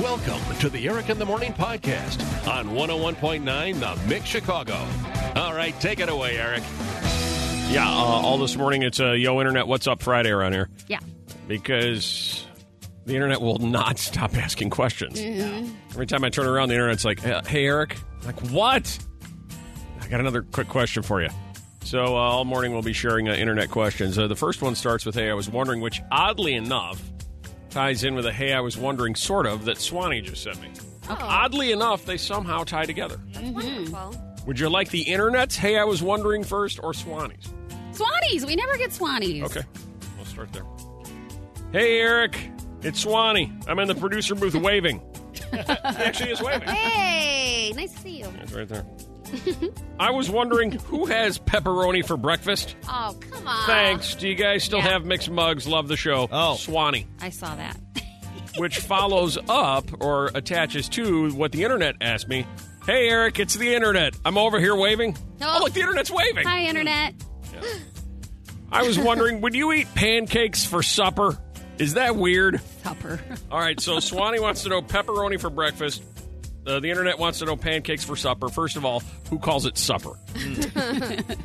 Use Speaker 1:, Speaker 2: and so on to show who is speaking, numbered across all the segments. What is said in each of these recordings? Speaker 1: Welcome to the Eric in the Morning podcast on 101.9 The Mix Chicago. All right, take it away, Eric. Yeah, uh, all this morning it's uh, Yo Internet What's Up Friday around here
Speaker 2: Yeah.
Speaker 1: because the internet will not stop asking questions. Every time I turn around, the internet's like, hey, Eric. I'm like, what? I got another quick question for you. So, uh, all morning we'll be sharing uh, internet questions. Uh, the first one starts with, hey, I was wondering, which oddly enough ties in with a, hey, I was wondering, sort of, that Swanee just sent me. Oddly enough, they somehow tie together.
Speaker 2: Wonderful.
Speaker 1: Would you like the internet's, hey, I was wondering first, or Swanee's?
Speaker 2: Swannies. We never get Swannies.
Speaker 1: Okay. We'll start there. Hey, Eric. It's Swanee. I'm in the producer booth waving. he actually is waving.
Speaker 3: Mm-hmm.
Speaker 2: Hey, nice to see you.
Speaker 1: It's right there. I was wondering who has pepperoni for breakfast?
Speaker 2: Oh, come on.
Speaker 1: Thanks. Do you guys still
Speaker 2: Yeah.
Speaker 1: have mixed mugs? Love the show.
Speaker 4: Oh.
Speaker 1: Swanee.
Speaker 2: I saw that.
Speaker 1: Which follows up or attaches to what the internet asked me. Hey, Eric, it's the internet. I'm over here waving.
Speaker 2: Oh.
Speaker 1: look, the internet's waving.
Speaker 2: Hi, Internet.
Speaker 1: I was wondering, would you eat pancakes for supper? Is that weird?
Speaker 2: Supper.
Speaker 1: All right, so Swanee wants to know pepperoni for breakfast. Uh, the internet wants to know pancakes for supper. First of all, who calls it supper?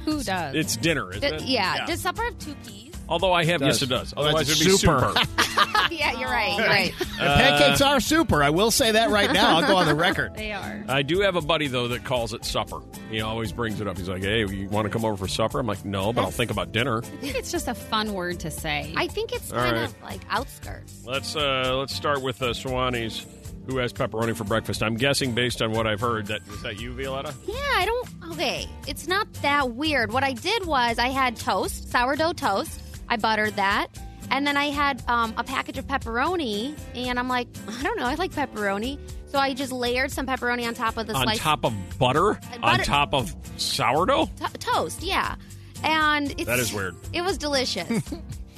Speaker 2: Who does?
Speaker 1: It's dinner, isn't
Speaker 3: Th-
Speaker 1: it?
Speaker 3: Uh, yeah. Does supper have two peas?
Speaker 1: Although I have, yes, it does. Otherwise, it'd be super.
Speaker 3: yeah, you're right.
Speaker 1: Oh.
Speaker 3: You're right.
Speaker 4: pancakes are super. I will say that right now. I'll go on the record.
Speaker 2: they are.
Speaker 1: I do have a buddy though that calls it supper. He always brings it up. He's like, "Hey, you want to come over for supper?" I'm like, "No, but I'll think about dinner."
Speaker 2: I think it's just a fun word to say.
Speaker 3: I think it's
Speaker 1: All
Speaker 3: kind
Speaker 1: right.
Speaker 3: of like outskirts.
Speaker 1: Let's uh, let's start with uh, Swanee's, who has pepperoni for breakfast. I'm guessing based on what I've heard that is that you, Violetta.
Speaker 3: Yeah, I don't. Okay, it's not that weird. What I did was I had toast, sourdough toast. I buttered that, and then I had um, a package of pepperoni. And I'm like, I don't know. I like pepperoni, so I just layered some pepperoni on top of the
Speaker 1: on
Speaker 3: slice
Speaker 1: top of butter, on
Speaker 3: butter-
Speaker 1: top of sourdough,
Speaker 3: to- toast. Yeah, and it's,
Speaker 1: That is weird.
Speaker 3: It was delicious.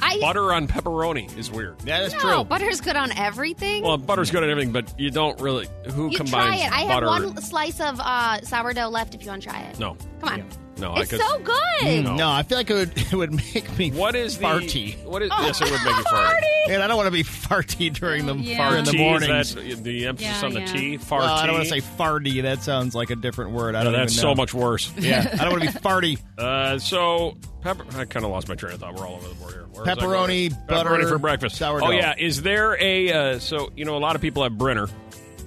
Speaker 3: I
Speaker 1: butter on pepperoni is weird.
Speaker 4: That is
Speaker 3: no,
Speaker 4: true.
Speaker 3: butter's good on everything.
Speaker 1: Well, butter's good at everything, but you don't really. Who
Speaker 3: you try
Speaker 1: combines
Speaker 3: it. I
Speaker 1: butter?
Speaker 3: have one slice of uh, sourdough left. If you want to try it,
Speaker 1: No.
Speaker 3: Come on.
Speaker 1: No, I
Speaker 3: it's
Speaker 1: could-
Speaker 3: so good.
Speaker 1: No.
Speaker 4: No, I feel like it would, it would make me
Speaker 1: What is the
Speaker 4: farty.
Speaker 1: What
Speaker 3: Oh,
Speaker 1: is yes? It would make you farty.
Speaker 4: And I don't want to be farty during the
Speaker 2: Yeah.
Speaker 4: fart in the
Speaker 1: Tea, is
Speaker 4: morning.
Speaker 1: that the emphasis
Speaker 2: Yeah,
Speaker 1: on the
Speaker 2: yeah.
Speaker 1: T. Farty.
Speaker 4: Well, I don't want to say farty. That sounds like a different word. I
Speaker 1: No,
Speaker 4: don't
Speaker 1: that's
Speaker 4: even
Speaker 1: so
Speaker 4: know.
Speaker 1: much worse.
Speaker 4: Yeah, I don't want to be farty.
Speaker 1: Uh, so pepper. I kind of lost my train of thought. We're all over the board here. Where was I
Speaker 4: Pepperoni,
Speaker 1: going?
Speaker 4: butter,
Speaker 1: pepperoni for breakfast.
Speaker 4: sourdough.
Speaker 1: Oh yeah. Is there a uh, so you know a lot of people have Brenner,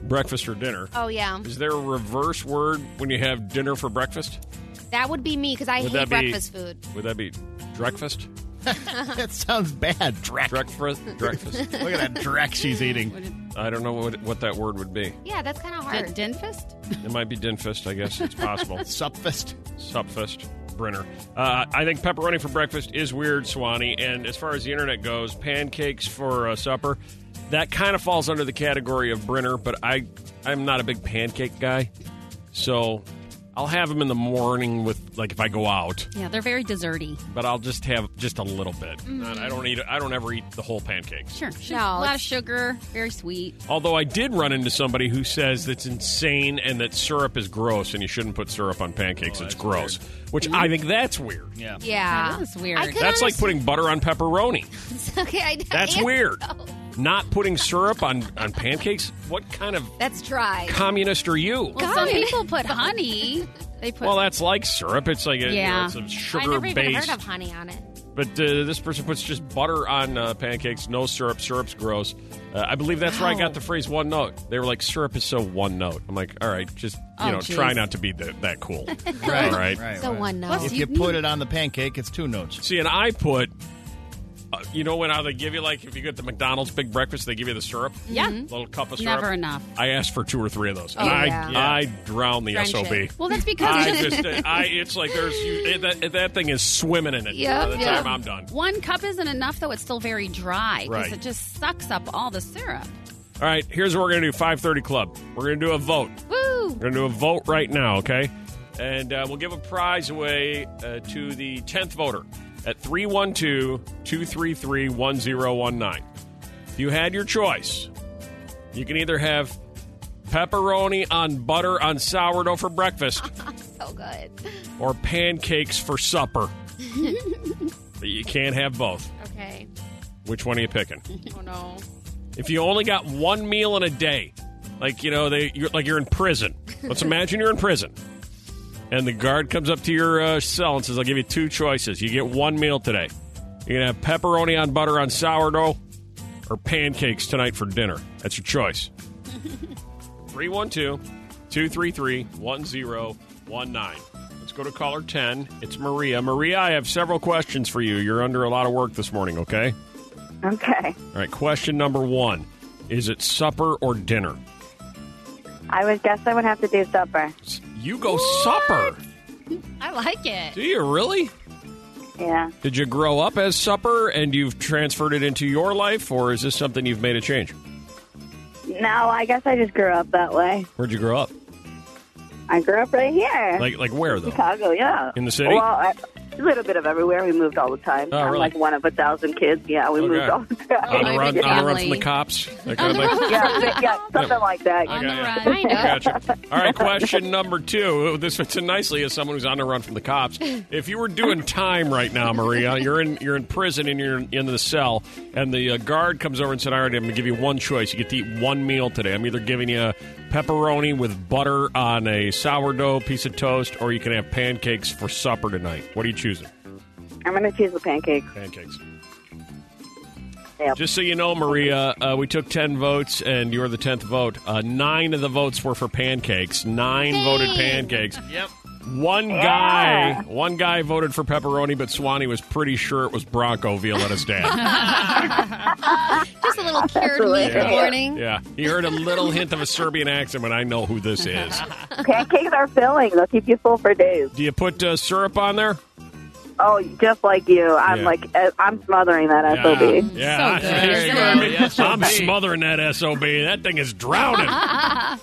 Speaker 1: breakfast or dinner.
Speaker 3: Oh yeah,
Speaker 1: Is there a reverse word when you have dinner for breakfast?
Speaker 3: that would be me because I
Speaker 1: Would
Speaker 3: hate
Speaker 1: that be-
Speaker 3: breakfast food.
Speaker 1: Would that be breakfast?
Speaker 4: That sounds bad. Dreck.
Speaker 1: Breakfast. breakfast.
Speaker 4: Look at that dreck she's eating.
Speaker 2: Would it,
Speaker 1: I don't know what what that word would be.
Speaker 3: Yeah, that's kind of
Speaker 2: D-
Speaker 3: hard.
Speaker 2: Denfist?
Speaker 1: It might be dinfist. I guess it's possible.
Speaker 4: Supfist.
Speaker 1: Supfest Brenner. Uh, I think pepperoni for breakfast is weird, Swanee. And as far as the internet goes, pancakes for uh, supper, that kind of falls under the category of Brenner. But I, I'm not a big pancake guy, so I'll have them in the morning with like if I go out.
Speaker 2: Yeah, they're very desserty.
Speaker 1: But I'll just have just a little bit. Not- I don't eat. I don't ever eat the whole pancakes.
Speaker 2: Sure. Su-
Speaker 3: No,
Speaker 2: a lot
Speaker 3: it's-
Speaker 2: of sugar, very sweet.
Speaker 1: Although I did run into somebody who says that's insane and that syrup is gross and you shouldn't put syrup on pancakes. it's gross, which I think that's weird.
Speaker 4: Yeah.
Speaker 3: yeah,
Speaker 2: That is weird.
Speaker 3: I could
Speaker 1: That's like
Speaker 3: honestly-
Speaker 1: putting butter on pepperoni.
Speaker 3: okay, I,
Speaker 1: That's
Speaker 3: I-
Speaker 1: weird. Not putting syrup on, on pancakes? What kind of
Speaker 3: That's dry.
Speaker 1: communist are you?
Speaker 2: Well, some people put honey. They put
Speaker 1: Well, that's like syrup. It's like a, you know,
Speaker 2: Yeah.
Speaker 1: it's a
Speaker 3: I
Speaker 1: sugar
Speaker 3: never even
Speaker 1: based.
Speaker 3: heard of honey on it.
Speaker 1: But uh, this person puts just butter on uh, pancakes, no syrup. Syrup's gross. Uh, I believe that's where I
Speaker 3: Oh.
Speaker 1: got the phrase one note. They were like, syrup is so one note. I'm like, all right, just, you
Speaker 2: Oh,
Speaker 1: know,
Speaker 2: geez.
Speaker 1: try not to be th- that cool.
Speaker 4: Right.
Speaker 1: All right.
Speaker 4: right.
Speaker 3: So
Speaker 4: right.
Speaker 3: one note.
Speaker 2: Plus
Speaker 4: If you put it on the pancake, it's two notes.
Speaker 1: See, and I put, uh, you know, when how they give you like if you get the McDonald's big breakfast, they give you the syrup.
Speaker 2: Yeah. Mhm.
Speaker 1: little cup of syrup.
Speaker 2: never enough.
Speaker 1: I asked for two or three of those, and
Speaker 3: Mm-hmm. Oh,
Speaker 1: I
Speaker 3: yeah.
Speaker 1: I drown the
Speaker 3: French
Speaker 1: sob.
Speaker 3: it.
Speaker 2: Well, that's because
Speaker 1: I just I it's like there's you, it, that, eh, that thing is swimming in it
Speaker 3: Yep,
Speaker 1: by the
Speaker 3: yep.
Speaker 1: time I'm done.
Speaker 2: one cup isn't enough, though. It's still very dry because
Speaker 1: Right.
Speaker 2: it just sucks up all the syrup.
Speaker 1: All right, here's what we're gonna do. 5:30 Club. We're gonna do a vote.
Speaker 3: Woo!
Speaker 1: We're gonna do a vote right now, okay? And uh, we'll give a prize away uh, to the tenth voter at 312-233-1019. If you had your choice, you can either have pepperoni on butter on sourdough for breakfast.
Speaker 3: So good.
Speaker 1: or pancakes for supper. But you can't have both.
Speaker 3: Okay.
Speaker 1: Which one are you picking?
Speaker 2: Oh, no.
Speaker 1: If you only got one meal in a day, Like you know, they you're, like you're in prison. Let's imagine you're in prison, and the guard comes up to your uh, cell and says, "I'll give you two choices. You get one meal today. You're gonna have pepperoni on butter on sourdough, or pancakes tonight for dinner. That's your choice." 312 233 1019. Let's go to caller 10. It's Maria. Maria, I have several questions for you. You're under a lot of work this morning, okay?
Speaker 5: Okay.
Speaker 1: All right, question number one Is it supper or dinner?
Speaker 5: I would guess I would have to do supper.
Speaker 1: You go supper.
Speaker 2: I like it.
Speaker 1: Do you really?
Speaker 5: Yeah.
Speaker 1: Did you grow up as supper and you've transferred it into your life, or is this something you've made a change?
Speaker 5: No, I guess I just grew up that way.
Speaker 1: Where'd you grow up?
Speaker 5: I grew up right here.
Speaker 1: Like, like where though?
Speaker 5: Chicago, yeah.
Speaker 1: In the city?
Speaker 5: Well, I, a little bit of everywhere. We moved all the time.
Speaker 1: Oh,
Speaker 5: I'm
Speaker 1: really?
Speaker 5: like one of a thousand kids. Yeah, we
Speaker 1: Okay.
Speaker 5: moved all the
Speaker 1: On the
Speaker 5: time.
Speaker 2: my
Speaker 1: run, on the run
Speaker 2: family.
Speaker 1: from the cops. That kind of thing.
Speaker 5: yeah, yeah, yeah, something like that.
Speaker 1: I
Speaker 2: On
Speaker 1: got
Speaker 2: the
Speaker 1: you.
Speaker 2: run.
Speaker 3: Kind of.
Speaker 1: Gotcha. All right, question number two. This fits in nicely as someone who's on the run from the cops. If you were doing time right now, Maria, you're in you're in prison and you're in the cell, and the uh, guard comes over and said, "All right, I'm going to give you one choice. You get to eat one meal today. I'm either giving you pepperoni with butter on a sourdough piece of toast, or you can have pancakes for supper tonight. What are you choosing?
Speaker 5: I'm going to choose the pancakes.
Speaker 1: Pancakes."
Speaker 5: Yep.
Speaker 1: Just so you know, Maria, uh, we took 10 votes, and you're the 10th vote. Uh, nine of the votes were for pancakes. Nine
Speaker 3: Dang.
Speaker 1: voted pancakes. Yep. One guy, one guy voted for pepperoni, but Swanee was pretty sure it was Bronco Violetta's dad.
Speaker 3: Just a little cured meat
Speaker 1: Yeah.
Speaker 3: morning.
Speaker 1: yeah, he heard a little hint of a Serbian accent, but I know who this is.
Speaker 5: pancakes are filling. They'll keep you full for days.
Speaker 1: Do you put uh, syrup on there?
Speaker 5: Oh, just like you. I'm
Speaker 1: Yeah.
Speaker 5: like, uh, I'm smothering that
Speaker 1: Yeah.
Speaker 5: SOB.
Speaker 1: Yeah,
Speaker 2: So
Speaker 1: I-
Speaker 2: good.
Speaker 1: there you go. I'm smothering that sob. That thing is drowning. Uh,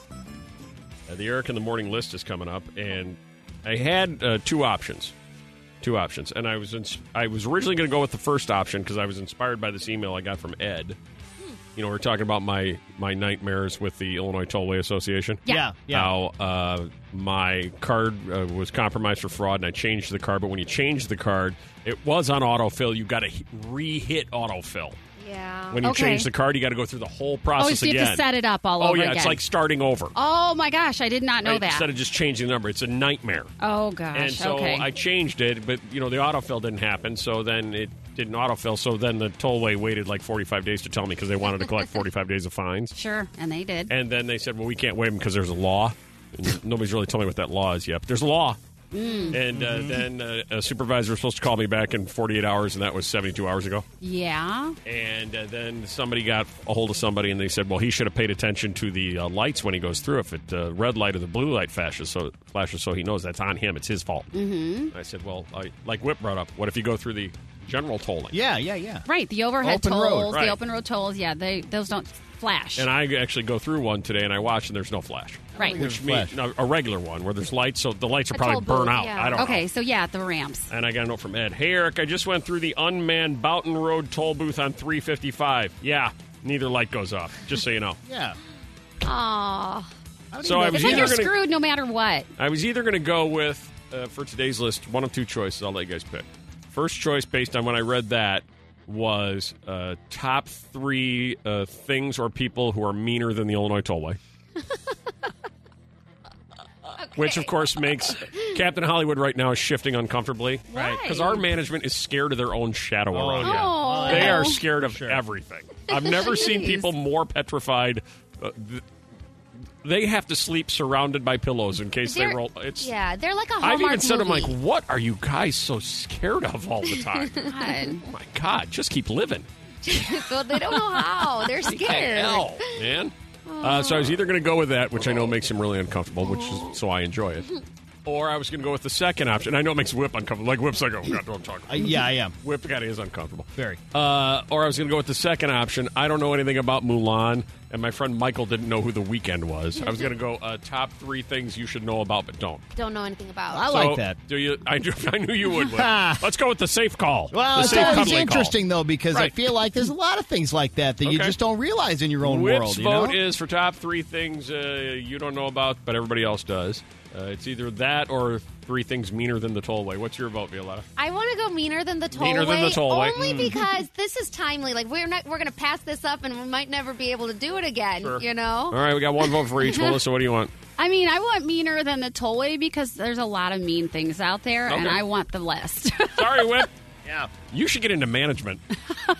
Speaker 1: the Eric in the Morning list is coming up, and I had uh, two options, two options, and I was ins- I was originally going to go with the first option because I was inspired by this email I got from Ed. You know, we we're talking about my my nightmares with the Illinois Tollway Association.
Speaker 4: Yeah, yeah.
Speaker 1: How uh, my card uh, was compromised for fraud, and I changed the card. But when you change the card, it was on autofill. You got to h- re-hit autofill
Speaker 3: Yeah.
Speaker 1: when you
Speaker 2: Okay.
Speaker 1: change the card, you got to go through the whole
Speaker 2: Oh,
Speaker 1: process
Speaker 2: so you
Speaker 1: again.
Speaker 2: have to set it up all
Speaker 1: oh
Speaker 2: over
Speaker 1: yeah,
Speaker 2: again.
Speaker 1: it's like starting over.
Speaker 2: oh my gosh, I did not know
Speaker 1: Right?
Speaker 2: that.
Speaker 1: Instead of just changing the number, it's a nightmare.
Speaker 2: oh gosh.
Speaker 1: and so
Speaker 2: okay.
Speaker 1: I changed it, but you know the autofill didn't happen, so then it didn't autofill. So then the tollway waited like 45 days to tell me because they wanted to collect 45 days of fines,
Speaker 2: sure, and they did.
Speaker 1: and then they said, "Well, we can't waive them because there's a law." And nobody's really told me what that law is yet, but there's a law. And uh, then uh, a supervisor was supposed to call me back in 48 hours, and that was 72 hours ago.
Speaker 2: yeah.
Speaker 1: And uh, then somebody got a hold of somebody, and they said, "Well, he should have paid attention to the uh, lights when he goes through. If it uh, red light or the blue light flashes, so flashes, so he knows that's on him. It's his fault." Mm-hmm. I said, "Well, I, like Whip brought up, what if you go through the general tolling?"
Speaker 4: Yeah, yeah, yeah.
Speaker 2: Right. The overhead
Speaker 4: Open road,
Speaker 2: tolls,
Speaker 1: right.
Speaker 2: the open road tolls. Yeah, they those don't flash.
Speaker 1: And I actually go through one today, and I watch, and there's no flash.
Speaker 2: right.
Speaker 1: Which means no, a regular one where there's lights, so the lights are probably
Speaker 3: toll booth,
Speaker 1: burn out.
Speaker 3: yeah.
Speaker 1: I don't know.
Speaker 2: Okay, so yeah, the ramps.
Speaker 1: And I got a note from Ed. Hey, Eric, I just went through the unmanned Boughton Road toll booth on 355. Yeah, neither light goes off. Just so you know.
Speaker 4: Yeah.
Speaker 3: Aw.
Speaker 4: don't
Speaker 1: So
Speaker 4: even
Speaker 1: I
Speaker 4: know
Speaker 1: was
Speaker 2: It's
Speaker 4: if
Speaker 2: like
Speaker 1: either
Speaker 2: you're
Speaker 1: gonna-
Speaker 2: screwed no matter what.
Speaker 1: I was either going to go with, uh, for today's list, one of two choices. I'll let you guys pick. First choice, based on when I read that, was uh, top three uh, things or people who are meaner than the Illinois Tollway. Which, of course, makes Captain Hollywood right now is shifting uncomfortably.
Speaker 2: Why?
Speaker 1: Because our management is scared of their own shadow around
Speaker 4: yeah.
Speaker 1: them.
Speaker 2: Oh.
Speaker 1: They are
Speaker 2: Oh.
Speaker 1: scared of everything. I've never seen
Speaker 2: Jeez.
Speaker 1: people more petrified. Uh, th- they have to sleep surrounded by pillows in case they
Speaker 3: They're-
Speaker 1: roll. It's
Speaker 3: yeah, they're like a Hallmark
Speaker 1: I've even said,
Speaker 3: movie.
Speaker 1: I'm like, what are you guys so scared of all the time?
Speaker 2: God.
Speaker 1: oh my God, just keep living.
Speaker 3: So they don't know how. They're scared.
Speaker 1: Hell, man. Uh, so I was either going to go with that, which I know makes him really uncomfortable, which is so I enjoy it, or I was going to go with the second option. I know it makes Whip uncomfortable. Like Whip's like, oh God, don't talk.
Speaker 4: Uh, yeah, I am.
Speaker 1: Whip got is uncomfortable.
Speaker 4: Very.
Speaker 1: Uh, or I was going to go with the second option. I don't know anything about Mulan, and my friend Michael didn't know who the weekend was. I was going to go uh, top three things you should know about but don't.
Speaker 3: Don't know anything about.
Speaker 4: I
Speaker 1: So,
Speaker 4: like that.
Speaker 1: Do you? I, do, I knew you would. Whip. Let's go with the safe call.
Speaker 4: Well,
Speaker 1: the
Speaker 4: it's
Speaker 1: safe
Speaker 4: always
Speaker 1: cuddly call.
Speaker 4: interesting though because I
Speaker 1: Right.
Speaker 4: feel like there's a lot of things like that that you
Speaker 1: Okay.
Speaker 4: just don't realize in your own
Speaker 1: Whip's
Speaker 4: world. You
Speaker 1: vote
Speaker 4: know?
Speaker 1: is for top three things uh, you don't know about, but everybody else does. Uh, it's either that or three things meaner than the tollway. What's your vote, Viola?
Speaker 3: I want to go meaner than the tollway.
Speaker 1: Meaner than the tollway.
Speaker 3: Only
Speaker 1: Mm.
Speaker 3: because this is timely. Like we're not we're going to pass this up and we might never be able to do it again,
Speaker 1: Sure.
Speaker 3: you
Speaker 1: All
Speaker 3: know?
Speaker 1: right, we got one vote for each. Melissa, what do you want?
Speaker 2: I mean, I want meaner than the tollway because there's a lot of mean things out there, and
Speaker 1: Okay.
Speaker 2: I want the list.
Speaker 1: Sorry, Whip. yeah. You should get into management.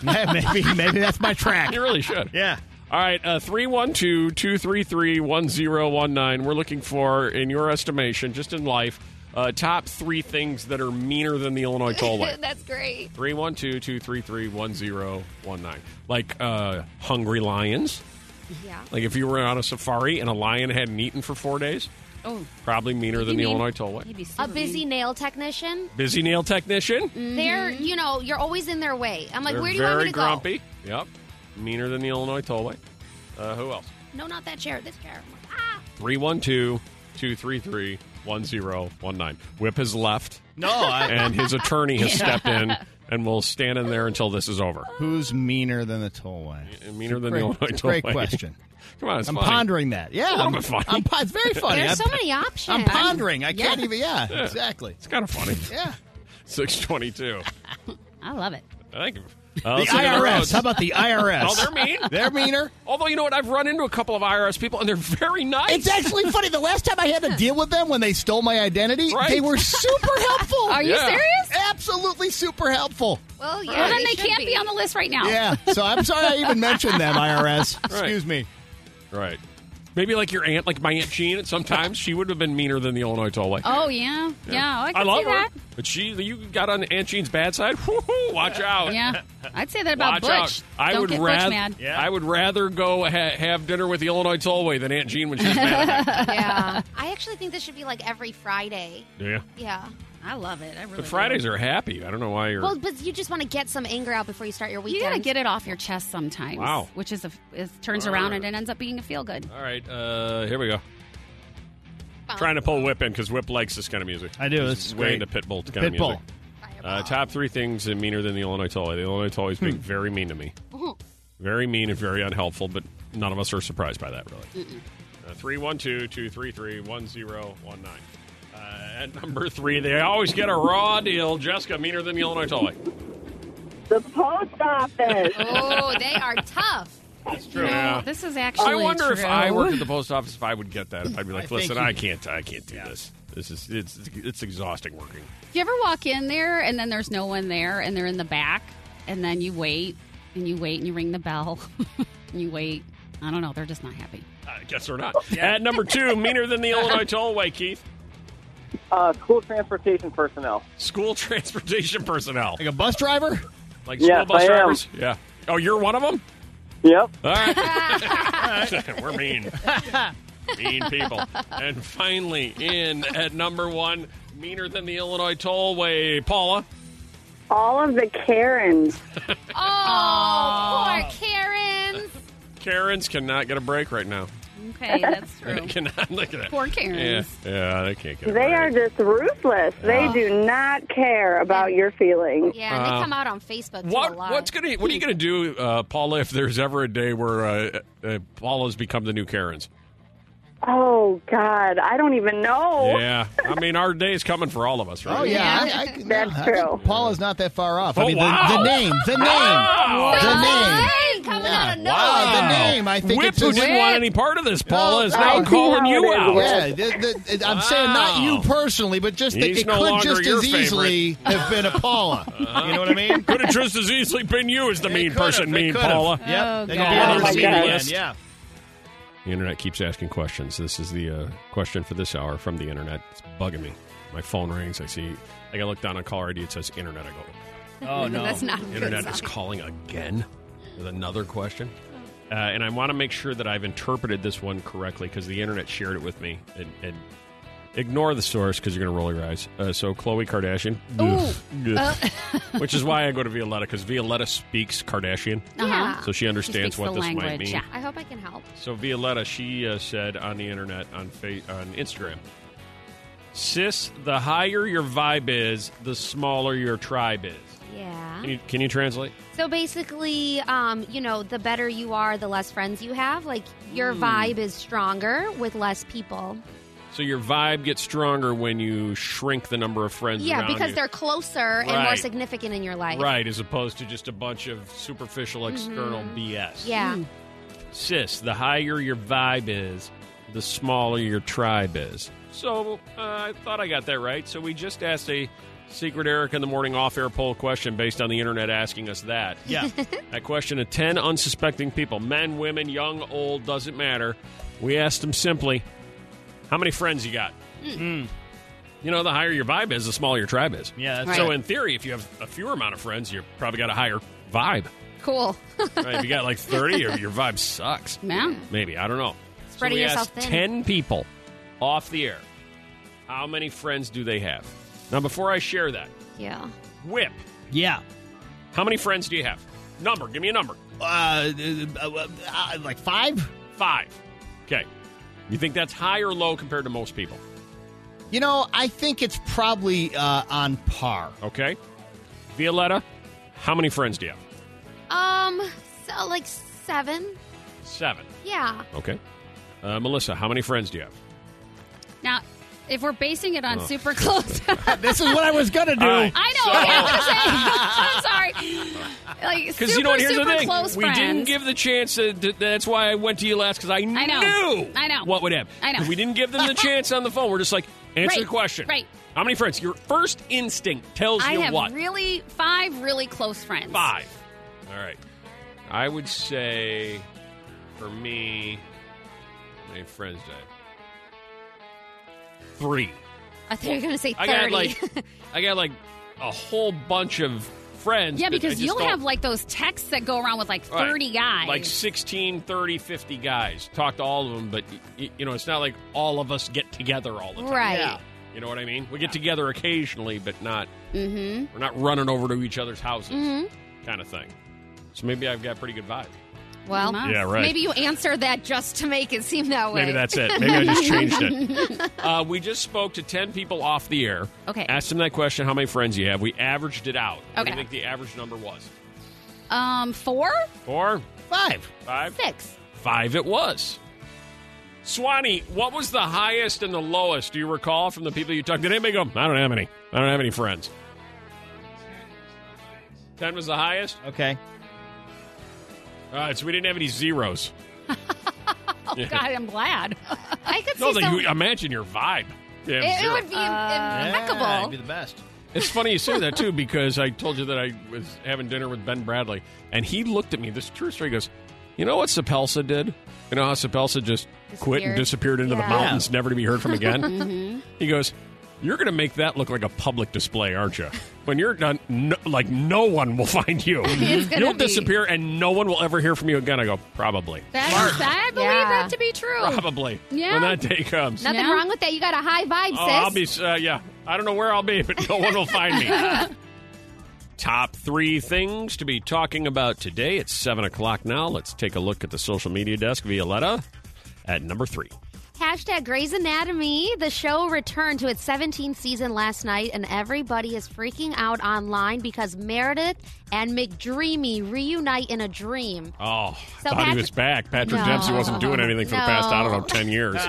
Speaker 4: Yeah, maybe maybe that's my track.
Speaker 1: You really should.
Speaker 4: Yeah.
Speaker 1: All right, uh, 312 233 1019. We're looking for, in your estimation, just in life, uh, top three things that are meaner than the Illinois tollway.
Speaker 3: That's great.
Speaker 1: 312 233 1019. Like uh, hungry lions.
Speaker 3: Yeah.
Speaker 1: Like if you were on a safari and a lion hadn't eaten for four days,
Speaker 2: oh,
Speaker 1: probably meaner than the
Speaker 2: mean-
Speaker 1: Illinois tollway.
Speaker 2: he'd be
Speaker 3: A
Speaker 2: super
Speaker 3: busy
Speaker 2: mean.
Speaker 3: nail technician.
Speaker 1: Busy nail technician.
Speaker 3: They're, you know, you're always in their way. I'm Mm, like,
Speaker 1: They're
Speaker 3: where do you
Speaker 1: very
Speaker 3: want me to
Speaker 1: grumpy. Yep. Meaner than the Illinois tollway. Uh, who else?
Speaker 3: go? No, not that chair. This chair. I'm like, ah.
Speaker 1: 312 233 1019. Whip has left,
Speaker 4: No, I,
Speaker 1: and his attorney has stepped in and will stand in there until this is over.
Speaker 4: who's meaner than the tollway?
Speaker 1: Meaner than
Speaker 4: Great,
Speaker 1: the Illinois
Speaker 4: it's a
Speaker 1: tollway.
Speaker 4: great question.
Speaker 1: Come on, it's
Speaker 4: I'm
Speaker 1: funny.
Speaker 4: pondering that. Yeah,
Speaker 1: little
Speaker 4: I'm,
Speaker 1: bit funny.
Speaker 4: I'm pon- it's very funny.
Speaker 3: There's
Speaker 4: I'm,
Speaker 3: so many options.
Speaker 4: I'm pondering. I can't even. Yeah, exactly.
Speaker 1: It's kind of funny.
Speaker 4: Yeah.
Speaker 1: 622.
Speaker 2: I love it.
Speaker 1: I think. Uh,
Speaker 4: The
Speaker 1: let's look at
Speaker 4: IRS.
Speaker 1: roads.
Speaker 4: How about the IRS?
Speaker 1: Oh, they're mean.
Speaker 4: They're meaner.
Speaker 1: Although you know what, I've run into a couple of IRS people, and they're very nice.
Speaker 4: It's actually funny. The last time I had to deal with them when they stole my identity,
Speaker 1: Right.
Speaker 4: they were super helpful.
Speaker 2: Are you
Speaker 1: Yeah.
Speaker 2: serious?
Speaker 4: Absolutely super helpful.
Speaker 3: Well, yeah.
Speaker 2: Well, then they
Speaker 3: should
Speaker 2: can't be. on the list right now.
Speaker 1: Oh.
Speaker 4: Yeah. So I'm sorry I even mentioned them, IRS. Excuse me.
Speaker 1: Right. Maybe like your aunt, like my aunt Jean. At sometimes she would have been meaner than the Illinois tollway.
Speaker 2: Oh yeah, yeah. I, can
Speaker 1: love
Speaker 2: see
Speaker 1: her,
Speaker 2: that.
Speaker 1: but she, you got on Aunt Jean's bad side. whoo watch out!
Speaker 2: Yeah, I'd say that
Speaker 1: Watch
Speaker 2: about Butch.
Speaker 1: out. I
Speaker 2: Don't
Speaker 1: would
Speaker 2: get
Speaker 1: rather
Speaker 2: Butch mad.
Speaker 1: I would rather go ha- have dinner with the Illinois Tollway than Aunt Jean when she's mad. At me.
Speaker 3: Yeah. I actually think this should be like every Friday.
Speaker 1: yeah.
Speaker 3: Yeah.
Speaker 2: I love it. I really.
Speaker 1: But
Speaker 2: do.
Speaker 1: Fridays are happy. I don't know why you're.
Speaker 3: Well, but you just want to get some anger out before you start your
Speaker 2: You
Speaker 3: weekend.
Speaker 2: gotta get it off your chest sometimes.
Speaker 1: Wow.
Speaker 2: Which is a it turns
Speaker 1: All
Speaker 2: around
Speaker 1: right.
Speaker 2: and it ends up being a feel good.
Speaker 1: All right, uh, here we go.
Speaker 3: Bum.
Speaker 1: Trying to pull Whip in because Whip likes this kind of music.
Speaker 4: I do.
Speaker 1: He's
Speaker 4: This is
Speaker 1: way
Speaker 4: great.
Speaker 1: into Pitbull kind of
Speaker 4: Pitbull.
Speaker 1: music. Uh, top three things that meaner than the Illinois Tollway. The Illinois Tollway is being
Speaker 4: Hmm.
Speaker 1: very mean to me.
Speaker 2: Mm-hmm.
Speaker 1: Very mean and very unhelpful, but none of us are surprised by that, really. Uh, 312-233-1019. Uh, at number three, they always get a raw deal. Jessica, meaner than the Illinois Tollway.
Speaker 5: The post office.
Speaker 3: Oh, they are tough.
Speaker 1: That's true.
Speaker 2: This is actually.
Speaker 1: I wonder if
Speaker 2: true.
Speaker 1: I worked at the post office, if I would get that. If I'd be
Speaker 4: I
Speaker 1: like,
Speaker 4: think
Speaker 1: listen,
Speaker 4: you-
Speaker 1: I can't, I can't do this. This is it's it's exhausting working.
Speaker 2: Do you ever walk in there and then there's no one there and they're in the back and then you wait and you wait and you ring the bell and you wait. I don't know. They're just not happy.
Speaker 1: I Uh, guess or not. At number two, meaner than the Illinois Tollway, Keith.
Speaker 6: Uh, school transportation personnel.
Speaker 1: School transportation personnel.
Speaker 4: Like a bus driver?
Speaker 1: Like school
Speaker 6: Yes,
Speaker 1: bus
Speaker 6: I am.
Speaker 1: drivers? Yeah. Oh, you're one of them?
Speaker 6: Yep.
Speaker 1: All right. We're mean. mean people. And finally, in at number one, meaner than the Illinois Tollway, Paula.
Speaker 5: All of the Karens.
Speaker 3: Oh, poor Karens.
Speaker 1: Karens cannot get a break right now.
Speaker 2: Okay, that's
Speaker 1: They
Speaker 2: true.
Speaker 1: cannot look at that.
Speaker 2: Poor Karens.
Speaker 1: Yeah, yeah, they can't get a
Speaker 5: They
Speaker 1: break.
Speaker 5: are just ruthless. They do not care about your feelings.
Speaker 3: Yeah, and
Speaker 1: Uh,
Speaker 3: they come out on Facebook. too, a
Speaker 1: What
Speaker 3: lot.
Speaker 1: what's gonna what are you gonna do, uh, Paula? If there's ever a day where uh, uh, Paula's become the new Karens?
Speaker 5: Oh, God. I don't even know.
Speaker 1: Yeah, I mean our day is coming for all of us, right?
Speaker 4: Oh, yeah. I, I, no,
Speaker 5: That's
Speaker 4: I think
Speaker 5: true.
Speaker 4: Paula's not that far off.
Speaker 1: Oh,
Speaker 4: I mean, the,
Speaker 1: wow.
Speaker 4: the name. The name.
Speaker 1: Wow.
Speaker 4: The name.
Speaker 3: Hey, coming out of
Speaker 1: Wow.
Speaker 3: nowhere.
Speaker 4: Oh, the name. I think
Speaker 1: Whip,
Speaker 4: it's
Speaker 1: who
Speaker 4: just-
Speaker 1: didn't want any part of this, Paula, is
Speaker 4: No,
Speaker 1: now
Speaker 4: I see
Speaker 1: calling
Speaker 5: Oh, how
Speaker 1: you
Speaker 5: it is,
Speaker 1: out.
Speaker 5: Whip.
Speaker 4: Yeah, the- the- I'm saying
Speaker 1: Wow.
Speaker 4: not you personally, but just that
Speaker 1: He's
Speaker 4: it
Speaker 1: no
Speaker 4: could
Speaker 1: longer
Speaker 4: just
Speaker 1: your
Speaker 4: as easily have been a Paula. You know what I mean?
Speaker 1: Could have just as easily been you as the mean
Speaker 4: They could've,
Speaker 1: person,
Speaker 4: they
Speaker 1: mean
Speaker 4: could've.
Speaker 1: Paula.
Speaker 4: Yep.
Speaker 2: Oh,
Speaker 4: they could be
Speaker 2: God.
Speaker 4: on
Speaker 5: Oh,
Speaker 4: the
Speaker 5: my
Speaker 4: receiving
Speaker 5: God.
Speaker 4: end, Yeah.
Speaker 1: The internet keeps asking questions. This is the uh, question for this hour from the internet. It's bugging me. My phone rings. I see. Like I look down on caller ID. It says internet. I go.
Speaker 4: Oh no.
Speaker 3: That's not a good
Speaker 1: Internet
Speaker 3: sign.
Speaker 1: is calling again with another question. Uh, and I want to make sure that I've interpreted this one correctly because the internet shared it with me. And, and ignore the source because you're going to roll your eyes. Uh, so, Khloe Kardashian, Ugh. which is why I go to Violetta because Violetta speaks Kardashian.
Speaker 3: Yeah.
Speaker 1: So she understands
Speaker 2: speaks
Speaker 1: what
Speaker 2: the
Speaker 1: this might
Speaker 2: language,
Speaker 1: mean.
Speaker 2: yeah.
Speaker 3: I hope I can help.
Speaker 1: So Violetta, she uh, said on the internet on fa- on Instagram, "Sis, the higher your vibe is, the smaller your tribe is."
Speaker 3: Yeah.
Speaker 1: Can you, can you translate?
Speaker 3: So basically, um, you know, the better
Speaker 1: Hmm.
Speaker 3: you are, the less friends you have. Like your vibe is stronger with less people.
Speaker 1: So your vibe gets stronger when you shrink the number of friends.
Speaker 3: Yeah,
Speaker 1: around
Speaker 3: because
Speaker 1: you.
Speaker 3: they're closer and more
Speaker 1: Right.
Speaker 3: significant in your life.
Speaker 1: right, as opposed to just a bunch of superficial
Speaker 3: Mm-hmm.
Speaker 1: external BS.
Speaker 3: Yeah.
Speaker 1: sis, the higher your vibe is, the smaller your tribe is. So uh, I thought I got that right. So we just asked a secret Eric in the morning off air poll question based on the internet asking us that.
Speaker 4: Yeah.
Speaker 1: That question of 10 unsuspecting people, men, women, young, old, doesn't matter. We asked them simply, how many friends you got? You know, the higher your vibe is, the smaller your tribe is.
Speaker 4: Hmm. Yeah, that's
Speaker 1: So
Speaker 4: right.
Speaker 1: in theory, if you have a fewer amount of friends, you've probably got a higher vibe.
Speaker 3: Cool.
Speaker 1: Right? if you got like 30, your, your vibe sucks.
Speaker 2: Yeah.
Speaker 1: Maybe. I don't know.
Speaker 3: Spreading
Speaker 1: so we
Speaker 3: yourself
Speaker 1: asked
Speaker 3: thin.
Speaker 1: 10 people off the air. How many friends do they have? Now, before I share that,
Speaker 3: yeah.
Speaker 1: Whip,
Speaker 4: Yeah.
Speaker 1: how many friends do you have? Number. Give me a number.
Speaker 4: Uh, uh, uh, uh, like five?
Speaker 1: Five. Okay. You think that's high or low compared to most people?
Speaker 4: You know, I think it's probably uh, on par.
Speaker 1: Okay. Violetta, how many friends do you have?
Speaker 3: Um, so like seven.
Speaker 1: Seven.
Speaker 3: Yeah.
Speaker 1: Okay. Uh, Melissa, how many friends do you have?
Speaker 2: Now, if we're basing it on super close,
Speaker 4: this is what I was gonna do.
Speaker 1: All right.
Speaker 2: I know. yeah, I'm, saying, I'm sorry. Like
Speaker 1: Because
Speaker 2: super,
Speaker 1: you know what? Here's
Speaker 2: super
Speaker 1: the thing:
Speaker 2: close
Speaker 1: we
Speaker 2: friends.
Speaker 1: didn't give the chance. To, th- that's why I went to you last because I,
Speaker 2: I know.
Speaker 1: knew.
Speaker 2: I know.
Speaker 1: what would happen.
Speaker 2: I know.
Speaker 1: We didn't give them the chance on the phone. We're just like answer
Speaker 2: Right,
Speaker 1: the question.
Speaker 2: right.
Speaker 1: How many friends? Your first instinct tells
Speaker 2: I
Speaker 1: you
Speaker 2: have
Speaker 1: what.
Speaker 2: really five really close friends.
Speaker 1: Five. All right. I would say, for me, how many friends do I have? Three.
Speaker 3: I thought you were gonna say
Speaker 1: I
Speaker 3: thirty.
Speaker 1: got like, I got like a whole bunch of friends.
Speaker 2: Yeah,
Speaker 1: but I
Speaker 2: because
Speaker 1: just
Speaker 2: you'll
Speaker 1: don't-
Speaker 2: have like those texts that go around with like
Speaker 1: Right.
Speaker 2: 30 guys.
Speaker 1: Like 16, 30, 50 guys. Talk to all of them, but, y- y- you know, it's not like all of us get together all the time.
Speaker 3: right.
Speaker 1: You know what I mean? We get together occasionally, but not,
Speaker 2: mm-hmm.
Speaker 1: we're not running over to each other's houses
Speaker 3: hmm
Speaker 1: kind of thing. So maybe I've got pretty good vibe.
Speaker 3: Well,
Speaker 1: Yeah, right.
Speaker 3: maybe you answer that just to make it seem that way.
Speaker 1: Maybe that's it. Maybe I just changed it. Uh, we just spoke to 10 people off the air.
Speaker 2: Okay.
Speaker 1: Asked them that question, how many friends you have. We averaged it out. What do you
Speaker 2: Okay.
Speaker 1: think the average number was?
Speaker 2: Um, four?
Speaker 1: Four?
Speaker 4: Five.
Speaker 1: Five?
Speaker 3: six.
Speaker 1: Five it was. Swanee, what was the highest and the lowest? Do you recall from the people you talked? Did anybody go? I don't have any. I don't have any friends. Ten was the highest.
Speaker 4: Okay.
Speaker 1: All right, so we didn't have any zeros.
Speaker 2: Oh, God, I'm glad.
Speaker 3: I could
Speaker 1: No,
Speaker 3: see
Speaker 1: like,
Speaker 3: some.
Speaker 1: you, imagine your vibe. Yeah,
Speaker 3: it, it
Speaker 1: zero.
Speaker 3: would be
Speaker 2: Uh,
Speaker 3: impeccable.
Speaker 4: Yeah, it'd be the best.
Speaker 1: It's funny you say that too because I told you that I was having dinner with Ben Bradley and he looked at me. This is a true story. He goes, "You know what Sapelsa did? You know how Sapelsa just quit and disappeared into the
Speaker 3: Yeah. Mm-hmm.
Speaker 1: mountains, never to be heard from again." He goes, "You're going to make that look like a public display, aren't you? When you're done, no, like no one will find you.
Speaker 3: gonna
Speaker 1: You'll
Speaker 3: be-
Speaker 1: disappear and no one will ever hear from you again." I go, "Probably,
Speaker 2: That, I believe
Speaker 3: Yeah.
Speaker 2: that to be true.
Speaker 3: Oh,
Speaker 1: probably.
Speaker 2: Yeah.
Speaker 1: When that day comes."
Speaker 3: Nothing
Speaker 2: Yeah.
Speaker 3: wrong with that. You got a high vibe,
Speaker 1: Oh,
Speaker 3: sis.
Speaker 1: I'll be, uh, yeah. I don't know where I'll be, but no one will find me. Top three things to be talking about today. It's 7 o'clock now. Let's take a look at the social media desk. Violetta at number three.
Speaker 3: Hashtag Grey's Anatomy. The show returned to its 17th season last night, and everybody is freaking out online because Meredith and McDreamy reunite in a dream.
Speaker 1: Oh,
Speaker 3: So
Speaker 1: thought he
Speaker 3: Patrick-
Speaker 1: was back. Patrick
Speaker 3: No.
Speaker 1: Dempsey wasn't doing anything for the past, I don't know,
Speaker 3: No.
Speaker 1: 10 years.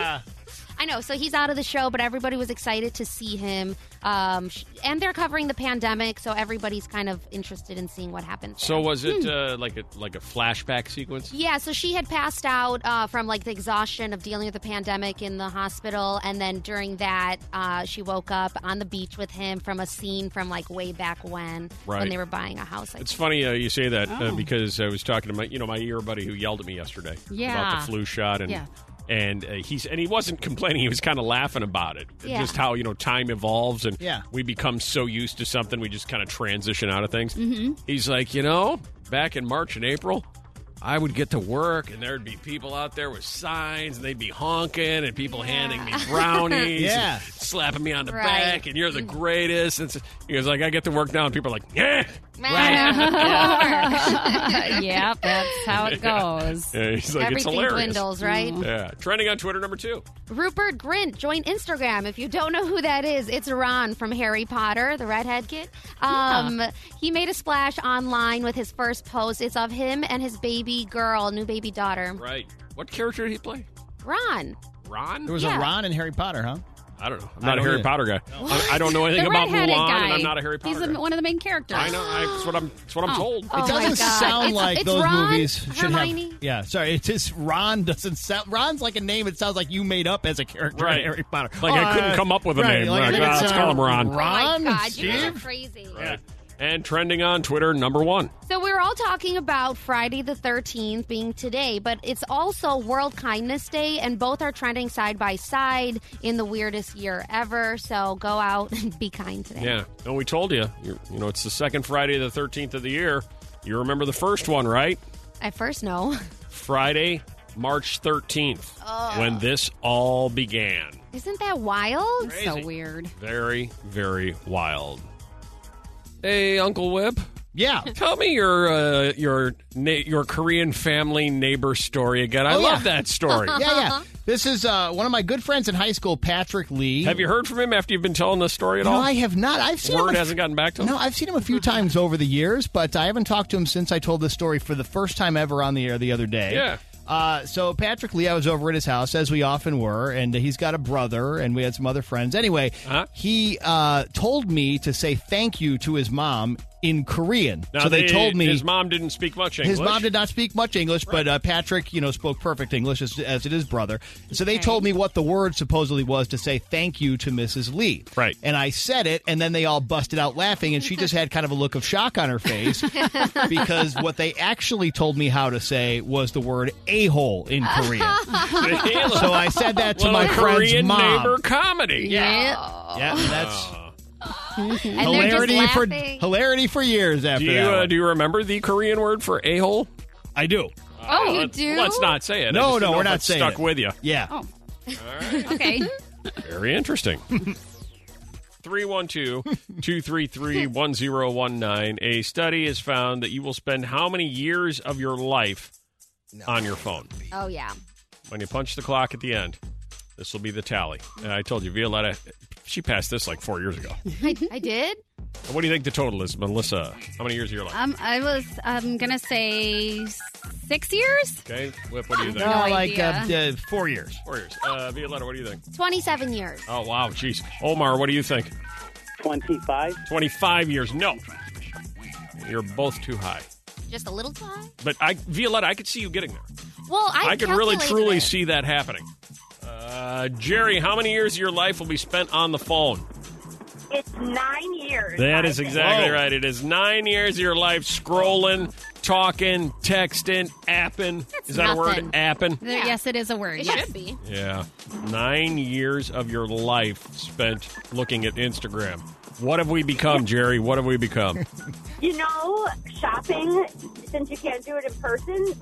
Speaker 3: I know, so he's out of the show, but everybody was excited to see him. Um, sh- and they're covering the pandemic, so everybody's kind of interested in seeing what happens.
Speaker 1: so was it
Speaker 3: Hmm.
Speaker 1: uh, like a like a flashback sequence?
Speaker 3: Yeah, so she had passed out uh, from like the exhaustion of dealing with the pandemic in the hospital, and then during that, uh, she woke up on the beach with him from a scene from like way back when
Speaker 1: Right.
Speaker 3: when they were buying a house. Like,
Speaker 1: It's funny uh, you say that uh,
Speaker 2: Oh.
Speaker 1: because I was talking to my you know my ear buddy who yelled at me yesterday about
Speaker 2: Yeah.
Speaker 1: the flu shot and
Speaker 2: Yeah.
Speaker 1: and uh, he's and he wasn't complaining he was kind of laughing about it
Speaker 3: Yeah.
Speaker 1: just how you know time evolves and
Speaker 4: Yeah.
Speaker 1: we become so used to something we just kind of transition out of things.
Speaker 2: Mm-hmm.
Speaker 1: He's like you know back in March and April. I would get to work, and there'd be people out there with signs, and they'd be honking, and people handing me brownies,
Speaker 4: Yeah.
Speaker 1: and slapping me on the
Speaker 3: Right.
Speaker 1: back, and
Speaker 2: Mm.
Speaker 1: you're the greatest. And so, he was like, I get to work now, and people are like, yeah,
Speaker 2: yep, that's how it goes.
Speaker 1: Yeah, he's like, it's
Speaker 3: Everything
Speaker 1: hilarious. Mm.
Speaker 3: dwindles, right?
Speaker 1: Yeah. Trending on Twitter number two.
Speaker 3: Rupert Grint joined Instagram. If you don't know who that is, it's Ron from Harry Potter, the redhead kid. Um, He made a splash online with his first post. It's of him and his baby girl, new baby daughter.
Speaker 1: Right. What character did he play?
Speaker 3: Ron.
Speaker 1: Ron?
Speaker 4: There was
Speaker 3: Yeah.
Speaker 4: a Ron in Harry Potter, huh?
Speaker 1: I don't know. I'm
Speaker 4: I
Speaker 1: not a
Speaker 4: don't
Speaker 1: Harry
Speaker 4: either.
Speaker 1: Potter guy. I, I don't know anything
Speaker 2: the
Speaker 1: about Mulan,
Speaker 2: redheaded guy.
Speaker 1: and I'm not a Harry Potter
Speaker 2: He's the-
Speaker 1: guy.
Speaker 2: one of the main characters.
Speaker 1: I know. I, that's what I'm. That's what I'm
Speaker 2: Oh.
Speaker 1: told.
Speaker 3: Oh
Speaker 4: It
Speaker 3: my
Speaker 4: doesn't
Speaker 3: God.
Speaker 4: sound
Speaker 3: It's-
Speaker 4: like
Speaker 3: it's
Speaker 4: those
Speaker 3: Ron,
Speaker 4: movies should
Speaker 3: Hermione.
Speaker 4: have. Yeah, sorry. It's just Ron doesn't sound. Ron's like a name. It sounds like you made up as a character
Speaker 1: Right.
Speaker 4: in Harry Potter. Uh,
Speaker 1: Like, I couldn't come up with a
Speaker 4: right,
Speaker 1: name.
Speaker 4: Like,
Speaker 1: Like,
Speaker 4: I think
Speaker 1: uh,
Speaker 4: it's,
Speaker 1: let's call him Ron.
Speaker 4: Ron,
Speaker 3: oh my God, you guys are
Speaker 4: Steve.
Speaker 3: crazy.
Speaker 1: Right. And trending on Twitter, number one.
Speaker 3: So we were all talking about Friday the 13th being today, but it's also World Kindness Day, and both are trending side by side in the weirdest year ever. So go out and be kind today.
Speaker 1: Yeah. No, we told you. You're, you know, it's the second Friday, of the thirteenth of the year. You remember the first one, right?
Speaker 3: At first, no.
Speaker 1: Friday, March thirteenth, when this all began.
Speaker 3: Isn't that wild?
Speaker 2: It's so weird.
Speaker 1: Very, very wild. Hey, Uncle Whip.
Speaker 4: Yeah.
Speaker 1: Tell me your uh, your na- your Korean family neighbor story again. I
Speaker 4: Oh, yeah.
Speaker 1: love that story.
Speaker 4: Yeah,
Speaker 3: Uh-huh.
Speaker 4: yeah. This is uh, one of my good friends in high school, Patrick Lee.
Speaker 1: Have you heard from him after you've been telling this story at
Speaker 4: No,
Speaker 1: all?
Speaker 4: I have not. I've seen
Speaker 1: Word
Speaker 4: him a-
Speaker 1: hasn't gotten back to him.
Speaker 4: No, I've seen him a few times over the years, but I haven't talked to him since I told this story for the first time ever on the air the other day.
Speaker 1: Yeah.
Speaker 4: Uh, so Patrick Lee, I was over at his house as we often were, and he's got a brother, and we had some other friends. Anyway,
Speaker 1: Uh-huh.
Speaker 4: he uh, told me to say thank you to his mom in Korean.
Speaker 1: Now,
Speaker 4: so they, told me
Speaker 1: his mom didn't speak much English.
Speaker 4: his mom did not speak much English, but uh, Patrick, you know, spoke perfect English as, as did his brother. So they told me what the word supposedly was to say thank you to Mrs. Lee.
Speaker 1: Right.
Speaker 4: And I said it, and then they all busted out laughing, and she just had kind of a look of shock on her face because what they actually told me how to say was the word a hole in Korean. so I said that to
Speaker 1: Little
Speaker 4: my friend's
Speaker 1: Korean
Speaker 4: mom.
Speaker 1: neighbor Oh. comedy.
Speaker 4: Yeah, that's
Speaker 3: And
Speaker 4: hilarity
Speaker 3: they're just
Speaker 4: for
Speaker 3: laughing.
Speaker 4: hilarity for years after
Speaker 1: Do you
Speaker 4: that.
Speaker 1: uh,
Speaker 4: one.
Speaker 1: do you remember the Korean word for a hole?
Speaker 4: I do.
Speaker 2: Oh, you
Speaker 1: do. Let's not say it. I
Speaker 4: No,
Speaker 1: just
Speaker 4: no,
Speaker 1: didn't know
Speaker 4: we're
Speaker 1: if
Speaker 4: not
Speaker 1: it
Speaker 4: saying
Speaker 1: Stuck
Speaker 4: it.
Speaker 1: with you.
Speaker 4: Yeah.
Speaker 2: Oh. Okay.
Speaker 1: Very interesting. 312-233-1019. A study has found that you will spend how many years of your life on your phone?
Speaker 3: Oh, yeah.
Speaker 1: When you punch the clock at the end, this will be the tally. And I told you, Violetta, she passed this like four years ago.
Speaker 3: I, I did?
Speaker 1: And what do you think the total is, Melissa? How many years of your life?
Speaker 2: Um, I was um gonna say six years.
Speaker 1: Okay, Whip, what do you think?
Speaker 4: Uh, like uh,
Speaker 2: idea.
Speaker 4: uh, four years.
Speaker 1: Four years. Uh, Violetta, what do you think?
Speaker 3: 27 years.
Speaker 1: Oh, wow, jeez. Omar, what do you think?
Speaker 6: 25.
Speaker 1: 25 years. No. You're both too high.
Speaker 3: Just a little time?
Speaker 1: But I, Violetta, I could see you getting there.
Speaker 3: Well, I,
Speaker 1: I, could really,
Speaker 3: calculated
Speaker 1: truly
Speaker 3: it.
Speaker 1: see that happening. Uh, Jerry, how many years of your life will be spent on the phone?
Speaker 5: It's nine years.
Speaker 1: That
Speaker 5: I
Speaker 1: is
Speaker 5: think.
Speaker 1: exactly
Speaker 4: Whoa.
Speaker 1: right. It is nine years of your life scrolling, talking, texting, apping. is that a word?
Speaker 2: nothing.
Speaker 1: Apping.
Speaker 2: There-
Speaker 3: Yeah.
Speaker 2: Yes, it is a word.
Speaker 3: It
Speaker 2: yes.
Speaker 3: should be.
Speaker 1: Yeah. Nine years of your life spent looking at Instagram. What have we become, Jerry? What have we become?
Speaker 5: You know, shopping, since you can't do it in person,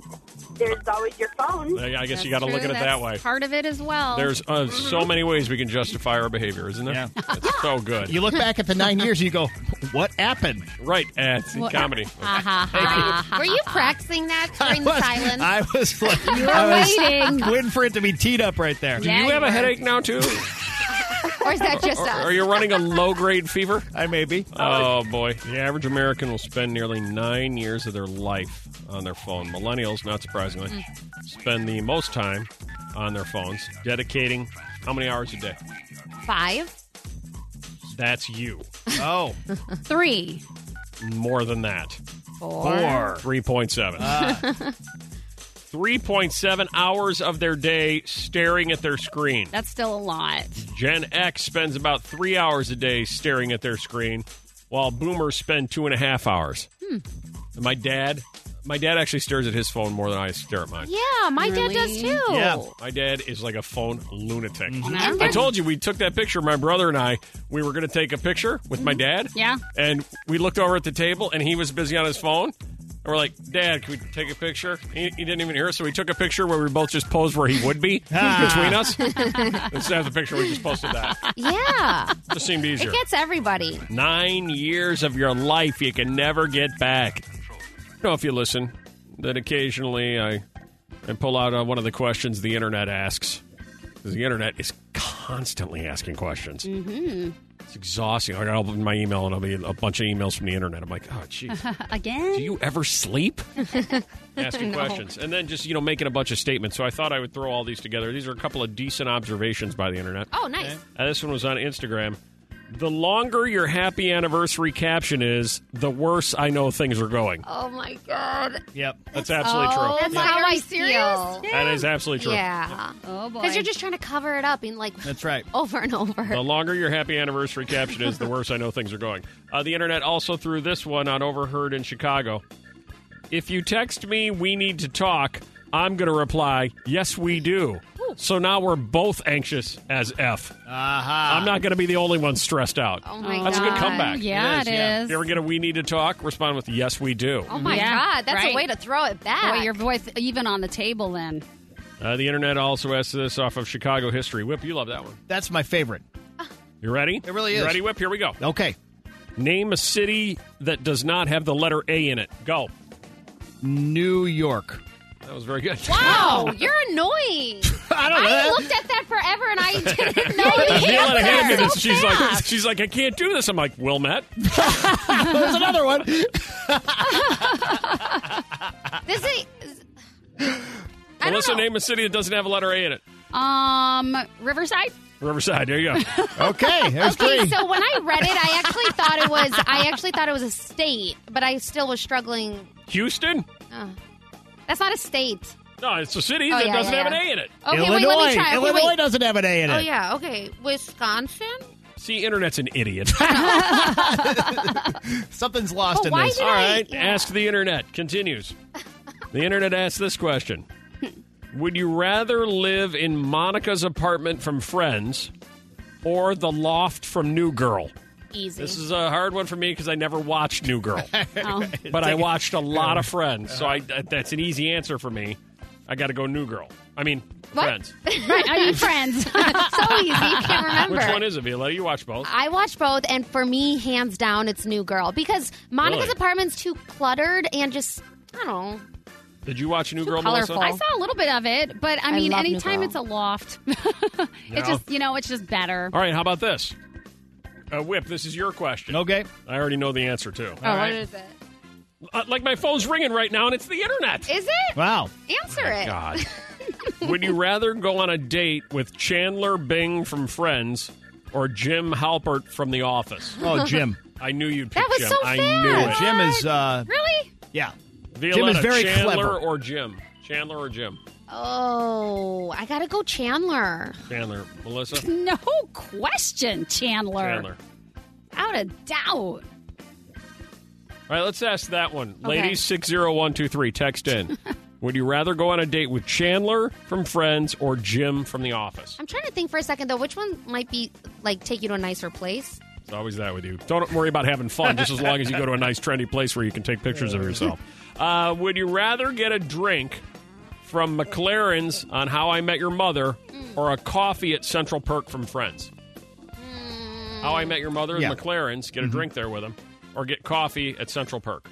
Speaker 5: there's always your phone.
Speaker 1: I guess you
Speaker 2: That's
Speaker 1: got to look at
Speaker 2: true.
Speaker 1: it that
Speaker 2: That's Mm-hmm.
Speaker 1: way.
Speaker 2: Part of it as well.
Speaker 1: There's uh, so many ways we can justify our behavior, isn't there?
Speaker 4: Yeah.
Speaker 1: That's so good.
Speaker 4: You look back at the nine years and you go, what happened?
Speaker 1: right at
Speaker 2: What-
Speaker 1: comedy.
Speaker 2: ha ha ha.
Speaker 3: Were you practicing that during the
Speaker 4: was,
Speaker 3: silence?
Speaker 4: I was like, you
Speaker 2: were
Speaker 4: I was
Speaker 2: waiting.
Speaker 4: waiting for it to be teed up right there.
Speaker 1: Do
Speaker 2: Yeah,
Speaker 1: you have a
Speaker 2: you
Speaker 1: headache now too?
Speaker 3: or is that just
Speaker 1: Or
Speaker 3: us?
Speaker 1: are you running a low grade fever?
Speaker 4: I maybe.
Speaker 1: Oh boy. The average American will spend nearly nine years of their life on their phone. Millennials, not surprisingly, spend the most time on their phones, dedicating how many hours a day?
Speaker 3: Five?
Speaker 1: That's you.
Speaker 4: Oh,
Speaker 2: Three.
Speaker 1: More than that.
Speaker 4: four.
Speaker 1: 3.7. 3.7 hours of their day staring at their screen.
Speaker 2: That's still a lot.
Speaker 1: Gen X spends about three hours a day staring at their screen, while boomers spend two and a half hours. And my dad, my dad actually stares at his phone more than I stare at mine.
Speaker 3: Yeah, my dad does
Speaker 2: Really?
Speaker 3: too.
Speaker 4: Yeah.
Speaker 1: My dad is like a phone lunatic.
Speaker 2: And
Speaker 1: I
Speaker 2: they're-
Speaker 1: told you we took that picture. My brother and I, we were going to take a picture with my dad.
Speaker 2: Yeah.
Speaker 1: And we looked over at the table, and he was busy on his phone. And we're like, Dad, can we take a picture? He, he didn't even hear us, so we took a picture where we both just posed where he would be between us. Instead of the picture, we just posted that.
Speaker 3: Yeah.
Speaker 1: Just seemed easier.
Speaker 3: It gets everybody.
Speaker 1: Nine years of your life you can never get back. I don't know if you listen, that occasionally I, I pull out uh, one of the questions the internet asks. 'Cause The internet is constantly asking questions. Mm-hmm. It's exhausting. I got to open my email and I'll be a bunch of emails from the internet. I'm like, oh, jeez. Do
Speaker 2: Again?
Speaker 1: you ever sleep? Asking questions. And then just, you know, making a bunch of statements. So I thought I would throw all these together. These are a couple of decent observations by the internet.
Speaker 3: Oh, nice.
Speaker 1: Uh, this one was on Instagram. The longer your happy anniversary caption is, the worse I know things are going.
Speaker 3: Oh my god.
Speaker 4: Yep.
Speaker 1: That's absolutely
Speaker 3: oh,
Speaker 1: true.
Speaker 3: That's
Speaker 2: Yeah.
Speaker 3: how
Speaker 2: Are
Speaker 3: I
Speaker 2: you serious?
Speaker 3: feel.
Speaker 1: That is absolutely true.
Speaker 3: Yeah.
Speaker 2: Oh, boy.
Speaker 3: Because you're just trying to cover it up and like
Speaker 4: That's right.
Speaker 3: over and over.
Speaker 1: The longer your happy anniversary caption is, the worse I know things are going. Uh, the internet also threw this one on Overheard in Chicago. If you text me, we need to talk, I'm going to reply, yes, we do. So now we're both anxious as F.
Speaker 4: Aha.
Speaker 3: Um,
Speaker 1: I'm not going to be the only one stressed out.
Speaker 3: Oh my
Speaker 1: That's a
Speaker 3: god.
Speaker 1: good comeback.
Speaker 2: Yeah,
Speaker 4: It is,
Speaker 2: it
Speaker 4: yeah.
Speaker 2: is.
Speaker 1: You ever get a we need to talk? Respond with, yes, we do.
Speaker 3: Oh my
Speaker 2: Yeah,
Speaker 3: god, that's
Speaker 2: right.
Speaker 3: a way to throw it back.
Speaker 2: Boy, your voice even on the table then.
Speaker 1: Uh, the internet also asked this off of Chicago history. Whip, you love that one.
Speaker 4: That's my favorite.
Speaker 1: You ready?
Speaker 4: It really
Speaker 1: You
Speaker 4: is.
Speaker 1: ready, Whip? Here we go.
Speaker 4: Okay.
Speaker 1: Name a city that does not have the letter A in it. Go.
Speaker 4: New York.
Speaker 1: That was very good.
Speaker 3: wow, you're annoying.
Speaker 4: I don't
Speaker 3: I
Speaker 4: know.
Speaker 3: looked at that forever and I didn't know
Speaker 1: Gina
Speaker 3: you
Speaker 1: handed me
Speaker 3: answered.
Speaker 1: this. She's like, she's like, I can't do this. I'm like, Wilmette.
Speaker 4: There's another one.
Speaker 3: This is. I don't
Speaker 1: Melissa,
Speaker 3: know.
Speaker 1: name a city that doesn't have a letter A in it.
Speaker 2: Um, Riverside?
Speaker 1: Riverside. There you go.
Speaker 4: Okay. There's
Speaker 3: Okay,
Speaker 4: three.
Speaker 3: so when I read it, I actually thought it was I actually thought it was a state, but I still was struggling.
Speaker 1: Houston.
Speaker 3: That's not a state.
Speaker 1: No, it's a city
Speaker 3: Oh,
Speaker 1: that
Speaker 3: yeah,
Speaker 1: doesn't
Speaker 3: yeah,
Speaker 1: have
Speaker 3: yeah.
Speaker 1: an A in it.
Speaker 3: Okay,
Speaker 4: Illinois.
Speaker 3: wait, let me try. Okay,
Speaker 4: Illinois
Speaker 3: wait.
Speaker 4: doesn't have an A in it.
Speaker 3: Oh yeah, okay. Wisconsin?
Speaker 1: See, internet's an idiot.
Speaker 4: Something's lost
Speaker 3: But
Speaker 4: in
Speaker 3: why
Speaker 4: this.
Speaker 3: did
Speaker 1: All
Speaker 3: I-
Speaker 1: right,
Speaker 3: yeah.
Speaker 1: ask the internet. Continues. The internet asks this question Would you rather live in Monica's apartment from Friends or the loft from New Girl?
Speaker 3: Easy.
Speaker 1: This is a hard one for me because I never watched New Girl,
Speaker 2: Oh.
Speaker 1: but I watched a lot of Friends, so I, that- that's an easy answer for me. I got to go New Girl. I mean,
Speaker 3: What?
Speaker 1: Friends.
Speaker 2: right, I mean friends.
Speaker 3: so easy, you can't remember.
Speaker 1: Which one is it, Viola? You watch both.
Speaker 3: I watch both, and for me, hands down, it's New Girl because Monica's
Speaker 1: Really?
Speaker 3: apartment's too cluttered and just I don't know.
Speaker 1: Did you watch New Girl,
Speaker 3: colorful.
Speaker 1: Melissa?
Speaker 2: I saw a little bit of it, but I
Speaker 3: I
Speaker 2: mean,
Speaker 3: love New
Speaker 2: anytime
Speaker 3: Girl.
Speaker 2: it's a loft, it's just, you know, it's just better.
Speaker 1: All right, how about this? Uh, Whip, this is your question.
Speaker 4: Okay.
Speaker 1: I already know the answer, too.
Speaker 2: Oh,
Speaker 4: right.
Speaker 2: what is it?
Speaker 1: Uh, like my phone's ringing right now, and it's the internet.
Speaker 3: Is it?
Speaker 4: Wow. Oh,
Speaker 3: Answer it.
Speaker 1: God. Would you rather go on a date with Chandler Bing from Friends or Jim Halpert from The Office?
Speaker 4: Oh, Jim.
Speaker 1: I knew you'd pick
Speaker 3: That was
Speaker 1: Jim.
Speaker 3: so
Speaker 1: I
Speaker 3: fast.
Speaker 1: knew
Speaker 4: Yeah,
Speaker 1: it.
Speaker 4: Jim is. Uh,
Speaker 3: Really?
Speaker 4: yeah.
Speaker 1: Violetta,
Speaker 4: Jim is very
Speaker 1: Chandler
Speaker 4: clever.
Speaker 1: or Jim? Chandler or Jim?
Speaker 3: Oh, I gotta go Chandler.
Speaker 1: Chandler. Melissa?
Speaker 2: No question, Chandler.
Speaker 1: Chandler.
Speaker 2: Out of doubt.
Speaker 1: All right, let's ask that one.
Speaker 3: Okay.
Speaker 1: Ladies 60123, text in. Would you rather go on a date with Chandler from Friends or Jim from The Office?
Speaker 3: I'm trying to think for a second though, which one might be like take you to a nicer place?
Speaker 1: It's always that with you. Don't worry about having fun, just as long as you go to a nice, trendy place where you can take pictures of yourself. Uh, would you rather get a drink from McLaren's on How I Met Your Mother or a coffee at Central Perk from Friends? How I Met Your Mother and
Speaker 4: Yeah. Mm-hmm.
Speaker 1: McLaren's, get a drink there with them, or get coffee at Central Perk.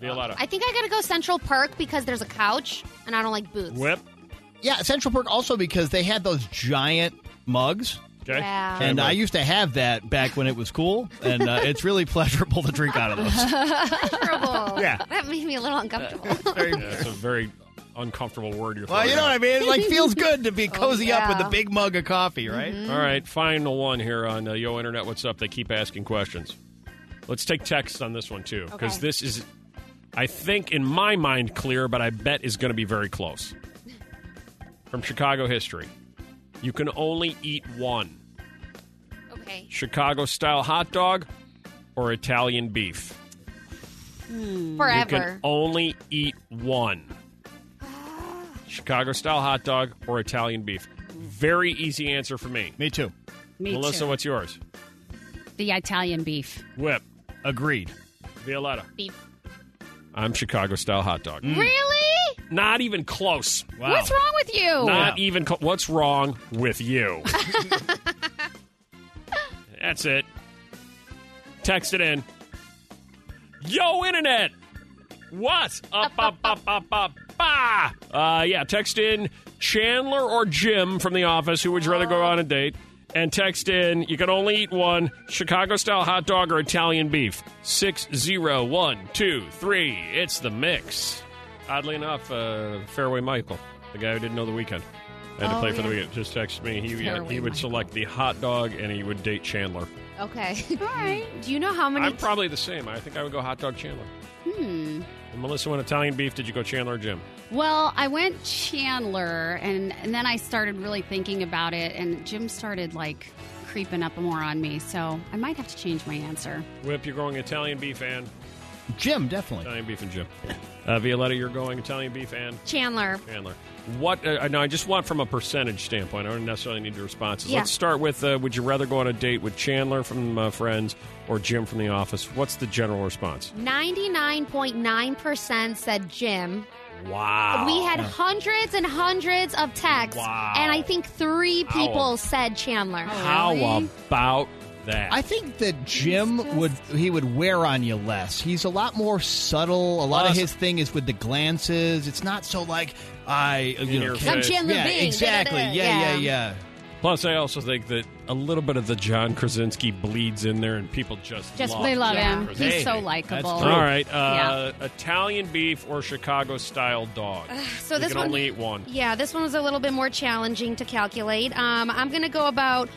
Speaker 1: Violetta.
Speaker 3: I think I gotta go Central Park because there's a couch and I don't like booths.
Speaker 1: Whip.
Speaker 4: Yeah. Central Park also because they had those giant mugs.
Speaker 1: Okay.
Speaker 3: Wow.
Speaker 1: Okay,
Speaker 4: And
Speaker 1: Whip.
Speaker 4: I used to have that back when it was cool, and uh, it's really pleasurable to drink out of those.
Speaker 3: Terrible.
Speaker 4: Yeah.
Speaker 3: That made me a little uncomfortable.
Speaker 1: Yeah, it's a very uncomfortable word you're
Speaker 4: Well, you know what I mean. It like feels good to be cozy up with
Speaker 3: yeah.
Speaker 4: a big mug of coffee, right?
Speaker 1: All right, final one here on uh, Yo Internet. What's up? They keep asking questions. Let's take text on this one too, because
Speaker 3: Okay.
Speaker 1: this is, I think, in my mind, clear, but I bet is going to be very close. From Chicago history, you can only eat one
Speaker 3: okay.
Speaker 1: Chicago style hot dog or Italian beef. You
Speaker 3: Forever.
Speaker 1: can only eat one Chicago style hot dog or Italian beef. Very easy answer for me.
Speaker 4: Me too.
Speaker 2: Me
Speaker 1: Melissa,
Speaker 2: too.
Speaker 1: what's yours?
Speaker 2: the Italian beef.
Speaker 1: Whip.
Speaker 4: Agreed.
Speaker 1: Violetta.
Speaker 3: Beef.
Speaker 1: I'm Chicago style hot dog.
Speaker 3: Really?
Speaker 1: Mm. Not even close.
Speaker 4: Wow.
Speaker 2: What's wrong with you?
Speaker 1: Not even close. What's wrong with you? That's it. Text it in. Yo, internet. What's up, up, up, up, up, bah? Uh, yeah, text in Chandler or Jim from the office. Who would you rather go on a date? and text in, you can only eat one Chicago style hot dog or Italian beef. 60123. It's the mix. Oddly enough, uh, Fairway Michael, the guy who didn't know the weekend, had to
Speaker 3: Oh,
Speaker 1: play for the
Speaker 3: yeah.
Speaker 1: weekend, just texted me. He, uh, he
Speaker 2: Fairway
Speaker 1: would
Speaker 2: Michael.
Speaker 1: select the hot dog and he would date Chandler.
Speaker 3: Okay.
Speaker 2: All right.
Speaker 3: Do you know how many?
Speaker 1: I'm probably the same. I think I would go hot dog Chandler.
Speaker 2: Hmm.
Speaker 1: And Melissa went Italian beef. Did you go Chandler or Jim?
Speaker 2: Well, I went Chandler, and, and then I started really thinking about it, and Jim started like creeping up more on me, so I might have to change my answer.
Speaker 1: Whip, you're going Italian beef and
Speaker 4: Jim, definitely.
Speaker 1: Italian beef and Jim. Uh, Violetta, you're going Italian beef and
Speaker 3: Chandler.
Speaker 1: Chandler. What? Uh, no, I just want from a percentage standpoint. I don't necessarily need the responses.
Speaker 3: Yeah.
Speaker 1: Let's start with: uh, Would you rather go on a date with Chandler from uh, Friends or Jim from The Office? What's the general response?
Speaker 3: 99.9% said Jim.
Speaker 1: Wow.
Speaker 3: We had hundreds and hundreds of texts,
Speaker 1: Wow.
Speaker 3: and I think three
Speaker 1: How-
Speaker 3: people said Chandler.
Speaker 1: How
Speaker 2: Really?
Speaker 1: about that?
Speaker 4: I think that Jim
Speaker 2: He's just-
Speaker 4: would he would wear on you less. He's a lot more subtle. A lot of
Speaker 1: Plus-
Speaker 4: his thing is with the glances. It's not so like I
Speaker 1: In
Speaker 4: you know
Speaker 1: your
Speaker 4: can't-
Speaker 3: I'm
Speaker 1: Okay.
Speaker 3: Chandler
Speaker 4: yeah,
Speaker 3: Bing.
Speaker 4: exactly. Yeah,
Speaker 3: Da-da-da.
Speaker 4: yeah, yeah.
Speaker 1: Plus, I also think that a little bit of the John Krasinski bleeds in there, and people just
Speaker 3: Just-
Speaker 1: love
Speaker 2: They love
Speaker 3: Yeah.
Speaker 2: him.
Speaker 1: Krasinski.
Speaker 2: He's so
Speaker 4: Hey,
Speaker 2: likable.
Speaker 4: that's
Speaker 1: All
Speaker 4: true.
Speaker 1: right, uh, Italian beef or Chicago style dog.
Speaker 3: So
Speaker 1: you
Speaker 3: this
Speaker 1: can
Speaker 3: one,
Speaker 1: only eat one.
Speaker 3: yeah, this one was a little bit more challenging to calculate. Um, I'm gonna go about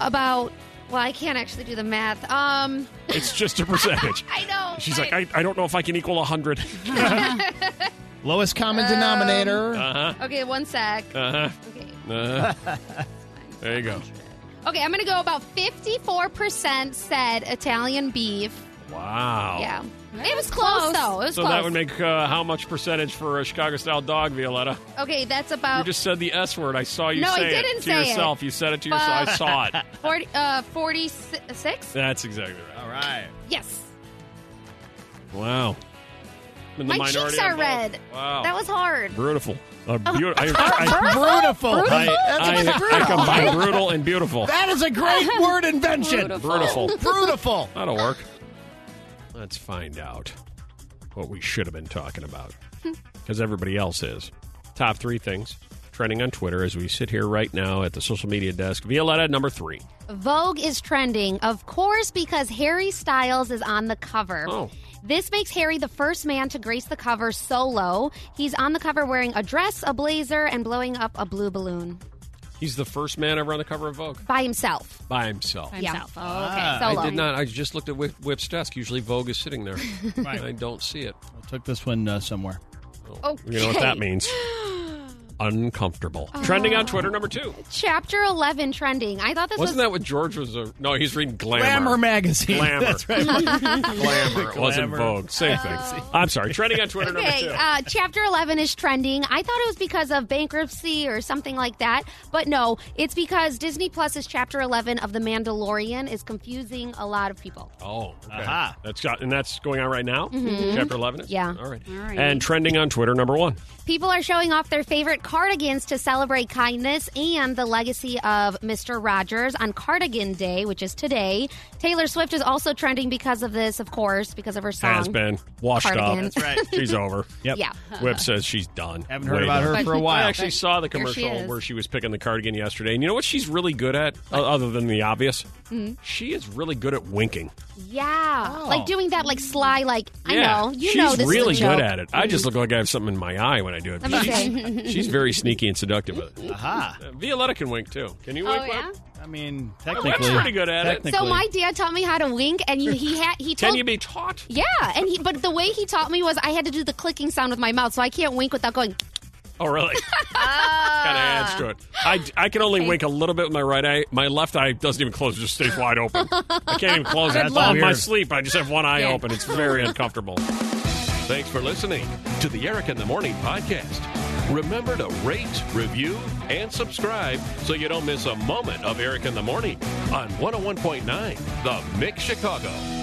Speaker 3: about. Well, I can't actually do the math. Um,
Speaker 1: It's just a percentage.
Speaker 3: I know.
Speaker 1: She's
Speaker 3: but-
Speaker 1: like, I, I don't know if I can equal hundred.
Speaker 4: Lowest common denominator.
Speaker 1: Uh huh.
Speaker 3: okay, one sec.
Speaker 1: Uh
Speaker 3: Okay,
Speaker 1: huh. Uh huh. There you go.
Speaker 3: okay, I'm gonna go about 54 percent said Italian beef.
Speaker 1: Wow.
Speaker 3: Yeah,
Speaker 2: That
Speaker 3: it
Speaker 2: was
Speaker 3: was close
Speaker 2: close.
Speaker 3: though. It was
Speaker 1: Oh. So
Speaker 3: close.
Speaker 1: that would make uh, how much percentage for a Chicago style dog, Violetta?
Speaker 3: okay, that's
Speaker 1: You
Speaker 3: about
Speaker 1: just said the S word. I saw you
Speaker 3: Uh, No, I
Speaker 1: say
Speaker 3: didn't
Speaker 1: it to
Speaker 3: say it.
Speaker 1: yourself. You said it to yourself. I saw it.
Speaker 3: 40, uh, 46.
Speaker 1: That's exactly right.
Speaker 4: All right.
Speaker 3: Yes,
Speaker 1: Wow. In the
Speaker 3: My
Speaker 1: minority
Speaker 3: cheeks are
Speaker 1: on both.
Speaker 3: red.
Speaker 1: Wow.
Speaker 3: that was Oh, hard.
Speaker 1: beautiful. A beautiful. I, I,
Speaker 4: Beautiful.
Speaker 1: I,
Speaker 4: That's
Speaker 1: I,
Speaker 4: what's
Speaker 1: I
Speaker 4: brutal.
Speaker 1: combine brutal and beautiful.
Speaker 4: That is a great word invention.
Speaker 1: Brutiful.
Speaker 4: Brutiful.
Speaker 1: That'll work. Let's find out what we should have been talking about.
Speaker 3: Hmm.
Speaker 1: Because everybody else is. Top three things trending on Twitter as we sit here right now at the social media desk. Violetta, number three.
Speaker 3: Vogue is trending, of course, because Harry Styles is on the cover.
Speaker 1: Oh.
Speaker 3: This makes Harry the first man to grace the cover solo. He's on the cover wearing a dress, a blazer, and blowing up a blue balloon
Speaker 1: He's the first man ever on the cover of Vogue
Speaker 3: by himself.
Speaker 1: by himself.
Speaker 2: By
Speaker 3: Yeah.
Speaker 2: himself. Oh, okay.
Speaker 4: Ah.
Speaker 3: Solo.
Speaker 1: I did not. I just looked at Whip, Whip's desk. Usually Vogue is sitting there.
Speaker 4: Right.
Speaker 1: I don't see it.
Speaker 4: I took this one uh, somewhere.
Speaker 1: You know what that
Speaker 3: Okay.
Speaker 1: means? Uncomfortable. Trending on Twitter, number two.
Speaker 3: Chapter 11 trending. I thought this
Speaker 1: Wasn't
Speaker 3: was.
Speaker 1: that what George was? uh no, he's reading
Speaker 4: Glamour magazine.
Speaker 1: Glamour.
Speaker 4: That's right.
Speaker 1: Glamour. It wasn't
Speaker 4: Glamour.
Speaker 1: Vogue. Same thing. I'm sorry. Trending on Twitter
Speaker 3: Oh. Okay,
Speaker 1: number two.
Speaker 3: uh, chapter 11 is trending. I thought it was because of bankruptcy or something like that, but no, it's because Disney Plus's chapter 11 of The Mandalorian is confusing a lot of people.
Speaker 1: Oh, okay.
Speaker 4: Aha.
Speaker 1: That's got and that's going on right now. Chapter eleven. Is?
Speaker 3: Mm-hmm. Yeah.
Speaker 1: All right.
Speaker 2: All right.
Speaker 1: And trending on Twitter number one.
Speaker 3: People are showing off their favorite cardigans to celebrate kindness and the legacy of Mr. Rogers on Cardigan Day, which is today. Taylor Swift is also trending because of this, of course, because of her song.
Speaker 1: Has been washed up.
Speaker 3: Cardigan. That's
Speaker 4: right.
Speaker 1: She's over.
Speaker 4: Yep.
Speaker 3: Yeah.
Speaker 1: Whip says she's done.
Speaker 4: Haven't heard
Speaker 1: Way
Speaker 4: about
Speaker 1: done.
Speaker 4: her for a
Speaker 2: But-
Speaker 4: while.
Speaker 1: I actually saw the
Speaker 2: There she
Speaker 1: commercial
Speaker 2: is.
Speaker 1: where she was picking the cardigan yesterday, and you know what she's really good at, o- other than the obvious?
Speaker 3: Mm-hmm.
Speaker 1: She is really good at winking.
Speaker 3: Yeah. Like doing that, like sly, like,
Speaker 1: yeah,
Speaker 3: I know, you
Speaker 1: she's
Speaker 3: know this
Speaker 1: really
Speaker 3: is a joke.
Speaker 1: good at it. I just look like I have something in my eye when I do it. but She's, she's very sneaky and seductive with it.
Speaker 4: Aha.
Speaker 1: Uh, Violetta can wink too. Can you wink?
Speaker 3: Oh,
Speaker 1: Whip?
Speaker 3: yeah?
Speaker 4: I mean,
Speaker 1: Whip's
Speaker 4: technically.
Speaker 1: pretty good at it.
Speaker 3: So
Speaker 4: technically.
Speaker 3: my dad taught me how to wink, and you, he had he
Speaker 1: Can
Speaker 3: told
Speaker 1: you be taught?
Speaker 3: yeah, and he but the way he taught me was I had to do the clicking sound with my mouth, so I can't wink without going.
Speaker 1: Oh, really? kind of adds to it. I, I can only wink a little bit with my right eye. My left eye doesn't even close; it just stays wide open. I can't even close it.
Speaker 4: That's
Speaker 1: On my
Speaker 4: weird.
Speaker 1: sleep, I just have one eye
Speaker 2: Yeah.
Speaker 1: open. It's very uncomfortable.
Speaker 7: Thanks for listening to the Eric in the Morning Podcast. Remember to rate, review, and subscribe so oh you don't miss a moment of Eric in the Morning on 101.9 The Mix Chicago.